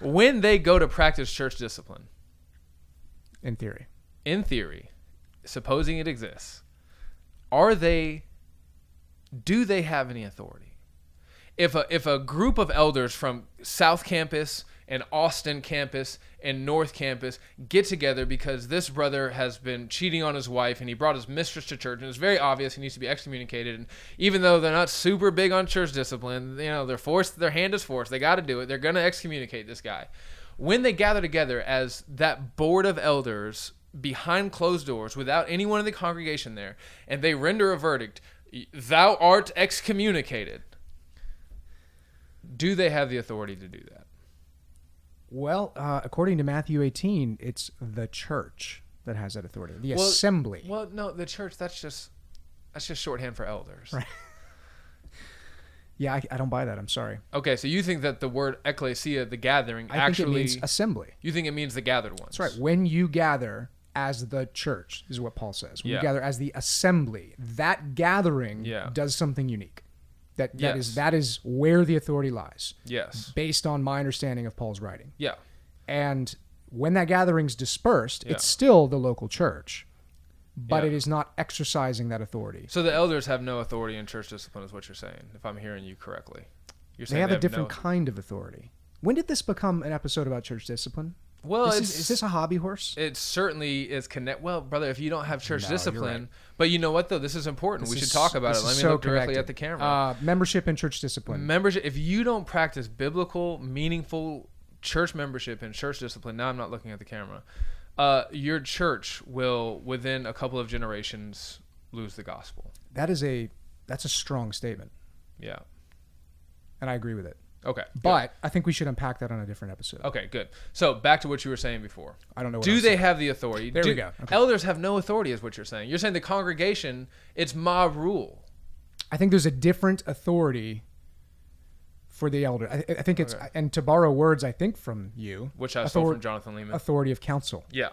[SPEAKER 2] when they go to practice church discipline,
[SPEAKER 1] In theory,
[SPEAKER 2] in theory, supposing it exists, are they do they have any authority? If a if a group of elders from South Campus and Austin campus and North campus get together because this brother has been cheating on his wife and he brought his mistress to church and it's very obvious he needs to be excommunicated and even though they're not super big on church discipline, you know, they're forced their hand is forced. They got to do it. They're going to excommunicate this guy. When they gather together as that board of elders behind closed doors without anyone in the congregation there and they render a verdict, thou art excommunicated Do they have the authority to do that?
[SPEAKER 1] Well, uh, according to Matthew 18, it's the church that has that authority, the
[SPEAKER 2] Well-
[SPEAKER 1] assembly.
[SPEAKER 2] Well, no, the church. That's just that's just shorthand for elders.
[SPEAKER 1] Right. Yeah, I, I don't buy that. I'm sorry.
[SPEAKER 2] Okay, so you think that the word ecclesia, the gathering,
[SPEAKER 1] I
[SPEAKER 2] actually
[SPEAKER 1] think it means assembly.
[SPEAKER 2] you think it means the gathered ones?
[SPEAKER 1] That's right. When you gather as the church, is what Paul says. When
[SPEAKER 2] Yeah.
[SPEAKER 1] you gather as the assembly, that gathering
[SPEAKER 2] Yeah.
[SPEAKER 1] does something unique. That that is
[SPEAKER 2] Yes.
[SPEAKER 1] that is where the authority lies,
[SPEAKER 2] Yes.
[SPEAKER 1] based on my understanding of Paul's writing.
[SPEAKER 2] Yeah.
[SPEAKER 1] And when that gathering's dispersed,
[SPEAKER 2] Yeah.
[SPEAKER 1] it's still the local church, but
[SPEAKER 2] Yeah.
[SPEAKER 1] it is not exercising that authority.
[SPEAKER 2] So the elders have no authority in church discipline, is what you're saying, if I'm hearing you correctly. You're
[SPEAKER 1] They
[SPEAKER 2] saying
[SPEAKER 1] have a different
[SPEAKER 2] No,
[SPEAKER 1] kind of authority. When did this become an episode about church discipline?
[SPEAKER 2] well,
[SPEAKER 1] this
[SPEAKER 2] it's,
[SPEAKER 1] is, is this a hobby horse?
[SPEAKER 2] it certainly is connect. Well, brother, if you don't have church
[SPEAKER 1] No, you're
[SPEAKER 2] discipline, but you know what though, this is important. we
[SPEAKER 1] This
[SPEAKER 2] should
[SPEAKER 1] is-
[SPEAKER 2] talk about
[SPEAKER 1] this
[SPEAKER 2] it. Let
[SPEAKER 1] is
[SPEAKER 2] me
[SPEAKER 1] so
[SPEAKER 2] look directly
[SPEAKER 1] connected. Um,
[SPEAKER 2] at the camera.
[SPEAKER 1] Uh, membership and church discipline.
[SPEAKER 2] membership if you don't practice biblical meaningful church membership and church discipline now i'm not looking at the camera uh, your church will within a couple of generations lose the gospel
[SPEAKER 1] That is a that's a strong statement,
[SPEAKER 2] yeah
[SPEAKER 1] and I agree with it.
[SPEAKER 2] okay good.
[SPEAKER 1] But I think we should unpack that on a different episode.
[SPEAKER 2] okay good so back to what you were saying before
[SPEAKER 1] I don't know. Oh, What
[SPEAKER 2] Oh, do
[SPEAKER 1] else-
[SPEAKER 2] they have the authority
[SPEAKER 1] There
[SPEAKER 2] do,
[SPEAKER 1] we go. Okay.
[SPEAKER 2] elders have no authority is what you're saying you're saying the congregation it's ma rule
[SPEAKER 1] I think there's a different authority for the elder. I, I think it's and to borrow words, I think from you,
[SPEAKER 2] which i
[SPEAKER 1] Author-
[SPEAKER 2] stole from jonathan lehman
[SPEAKER 1] authority of council.
[SPEAKER 2] yeah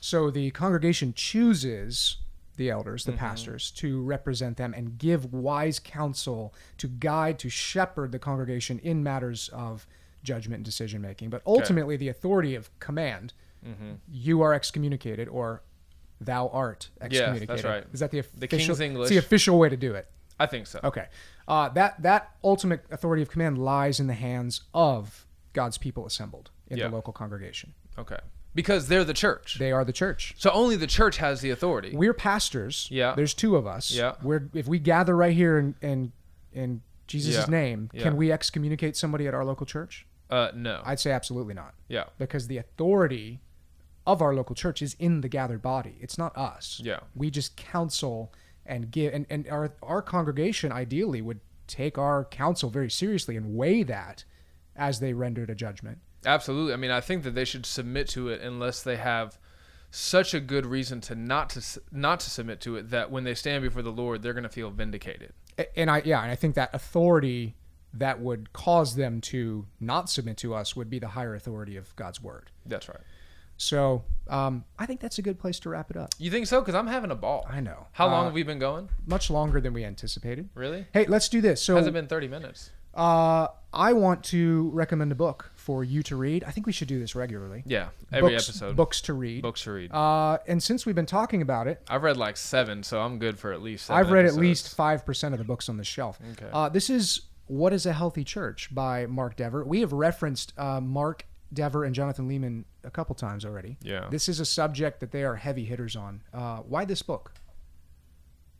[SPEAKER 1] So the congregation chooses the elders, the
[SPEAKER 2] Mm-hmm.
[SPEAKER 1] pastors, to represent them and give wise counsel to guide, to shepherd the congregation in matters of judgment and decision making. But ultimately, the authority of command,
[SPEAKER 2] Mm-hmm.
[SPEAKER 1] you are excommunicated or thou art
[SPEAKER 2] that's
[SPEAKER 1] excommunicated.
[SPEAKER 2] right.
[SPEAKER 1] Is that the
[SPEAKER 2] The
[SPEAKER 1] official, It's
[SPEAKER 2] King's English.
[SPEAKER 1] the official way to do it.
[SPEAKER 2] i think so
[SPEAKER 1] Okay. Uh, that, that ultimate authority of command lies in the hands of God's people assembled in
[SPEAKER 2] Yeah.
[SPEAKER 1] the local congregation.
[SPEAKER 2] okay because they're the church
[SPEAKER 1] They are the church
[SPEAKER 2] so only the church has the authority
[SPEAKER 1] we're pastors.
[SPEAKER 2] Yeah.
[SPEAKER 1] There's two of us.
[SPEAKER 2] Yeah.
[SPEAKER 1] We're if we gather right here in in, in Jesus'
[SPEAKER 2] Yeah.
[SPEAKER 1] name,
[SPEAKER 2] Yeah.
[SPEAKER 1] can we excommunicate somebody at our local church?
[SPEAKER 2] uh, no
[SPEAKER 1] I'd say absolutely not.
[SPEAKER 2] yeah
[SPEAKER 1] Because the authority of our local church is in the gathered body. It's not us.
[SPEAKER 2] Yeah.
[SPEAKER 1] We just counsel and give and, and our our congregation ideally would take our counsel very seriously and weigh that as they rendered a judgment.
[SPEAKER 2] Absolutely. I mean, I think that they should submit to it unless they have such a good reason to not to s- not to submit to it that when they stand before the Lord, they're going to feel vindicated.
[SPEAKER 1] A- and I yeah, and I think that authority that would cause them to not submit to us would be the higher authority of God's word.
[SPEAKER 2] That's right.
[SPEAKER 1] So um, I think that's a good place to wrap it up.
[SPEAKER 2] You think so? Because I'm having a ball.
[SPEAKER 1] I know.
[SPEAKER 2] How long
[SPEAKER 1] Uh,
[SPEAKER 2] have we been going?
[SPEAKER 1] Much longer than we anticipated.
[SPEAKER 2] Really?
[SPEAKER 1] Hey, let's do this. So
[SPEAKER 2] Has it been 30 minutes?
[SPEAKER 1] uh, I want to recommend a book for you to read. I think we should do this regularly.
[SPEAKER 2] Yeah. Every
[SPEAKER 1] Books-
[SPEAKER 2] episode.
[SPEAKER 1] Books to read.
[SPEAKER 2] Books to read.
[SPEAKER 1] Uh, and since we've been talking about it,
[SPEAKER 2] I've read like seven, so I'm good for at least. Seven
[SPEAKER 1] I've read at least
[SPEAKER 2] episodes.
[SPEAKER 1] 5% of the books on the shelf.
[SPEAKER 2] Okay.
[SPEAKER 1] Uh, this is What is a Healthy Church by Mark Dever. We have referenced uh, Mark Dever and Jonathan Lehman a couple times already.
[SPEAKER 2] Yeah.
[SPEAKER 1] This is a subject that they are heavy hitters on. Uh, why this book?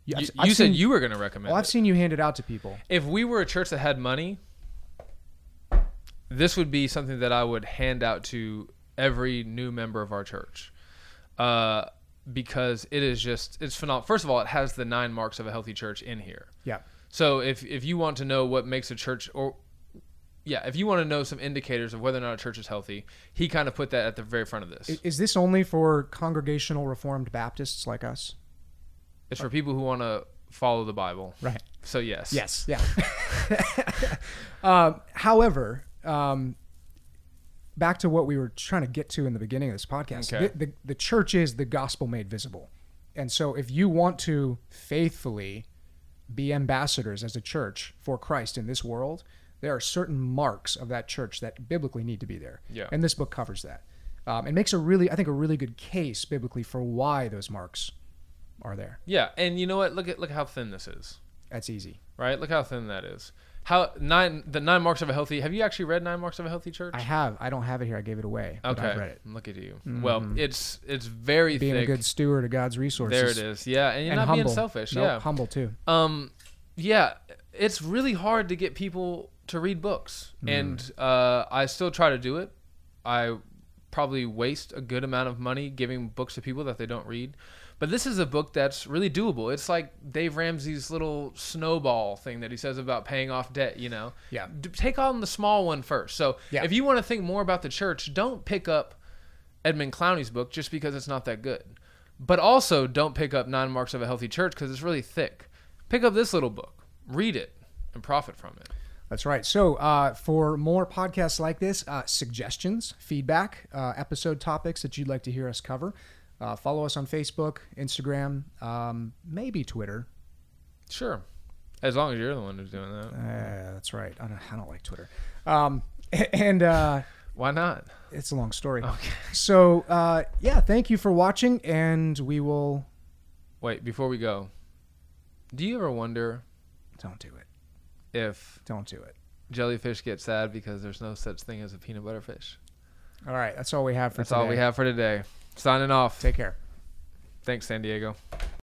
[SPEAKER 1] Yeah,
[SPEAKER 2] You,
[SPEAKER 1] I've- I've
[SPEAKER 2] you said
[SPEAKER 1] seen-
[SPEAKER 2] you were going to recommend.
[SPEAKER 1] Well, I've
[SPEAKER 2] it.
[SPEAKER 1] seen you hand it out to people.
[SPEAKER 2] If we were a church that had money, this would be something that I would hand out to every new member of our church. Uh, because it is just it's phenomenal. First of all, it has the nine marks of a healthy church in here.
[SPEAKER 1] Yeah.
[SPEAKER 2] So if if you want to know what makes a church or yeah, if you want to know some indicators of whether or not a church is healthy, he kind of put that at the very front of this.
[SPEAKER 1] I- Is this only for congregational Reformed Baptists like us?
[SPEAKER 2] it's for people who want to follow the Bible.
[SPEAKER 1] uh, Right.
[SPEAKER 2] So yes.
[SPEAKER 1] Yes. Yeah. um, however, um, back to what we were trying to get to in the beginning of this podcast.
[SPEAKER 2] Okay.
[SPEAKER 1] The, the, the church is the gospel made visible. And so if you want to faithfully be ambassadors as a church for Christ in this world, there are certain marks of that church that biblically need to be there.
[SPEAKER 2] Yeah.
[SPEAKER 1] And this book covers that. Um, it makes a really, I think, a really good case biblically for why those marks are there.
[SPEAKER 2] Yeah, and you know what? Look at look how thin this is.
[SPEAKER 1] That's easy.
[SPEAKER 2] right? Look how thin that is. How nine the nine marks of a healthy. Have you actually read Nine Marks of a Healthy Church?
[SPEAKER 1] I have. I don't have it here. I gave it away. but
[SPEAKER 2] okay,
[SPEAKER 1] I've read it. Mm-hmm.
[SPEAKER 2] look at you. Well, it's it's very
[SPEAKER 1] being
[SPEAKER 2] thick.
[SPEAKER 1] a good steward of God's resources.
[SPEAKER 2] there it is. Yeah, and you're
[SPEAKER 1] And
[SPEAKER 2] not
[SPEAKER 1] humble.
[SPEAKER 2] being selfish.
[SPEAKER 1] Nope,
[SPEAKER 2] yeah.
[SPEAKER 1] humble too.
[SPEAKER 2] um, yeah, it's really hard to
[SPEAKER 1] Mm.
[SPEAKER 2] get people to read books, and uh, I still try to do it. I probably waste a good amount of money giving books to people that they don't read. But this is a book that's really doable. It's like Dave Ramsey's little snowball thing that he says about paying off debt, you know?
[SPEAKER 1] Yeah.
[SPEAKER 2] D- take on the small one first. So
[SPEAKER 1] Yeah.
[SPEAKER 2] if you want to think more about the church, don't pick up Edmund Clowney's book just because it's not that good. But also don't pick up Nine Marks of a Healthy Church because it's really thick. Pick up this little book, read it, and profit from it.
[SPEAKER 1] That's right. So, uh, for more podcasts like this, uh, suggestions, feedback, uh, episode topics that you'd like to hear us cover, uh, follow us on Facebook, Instagram, um, maybe Twitter.
[SPEAKER 2] Sure. As long as you're the one who's doing that.
[SPEAKER 1] Uh, that's right. I don't, I don't like Twitter. Um, and uh,
[SPEAKER 2] Why not?
[SPEAKER 1] it's a long story.
[SPEAKER 2] Okay.
[SPEAKER 1] So, uh, yeah, thank you for watching, and we will.
[SPEAKER 2] Wait, before we go, do you ever wonder
[SPEAKER 1] Don't do it.
[SPEAKER 2] if
[SPEAKER 1] Don't do it.
[SPEAKER 2] jellyfish get sad because there's no such thing as a peanut butter fish?
[SPEAKER 1] All right. That's all we have for
[SPEAKER 2] That's
[SPEAKER 1] today.
[SPEAKER 2] all we have for today. Signing off.
[SPEAKER 1] Take care.
[SPEAKER 2] Thanks, San Diego.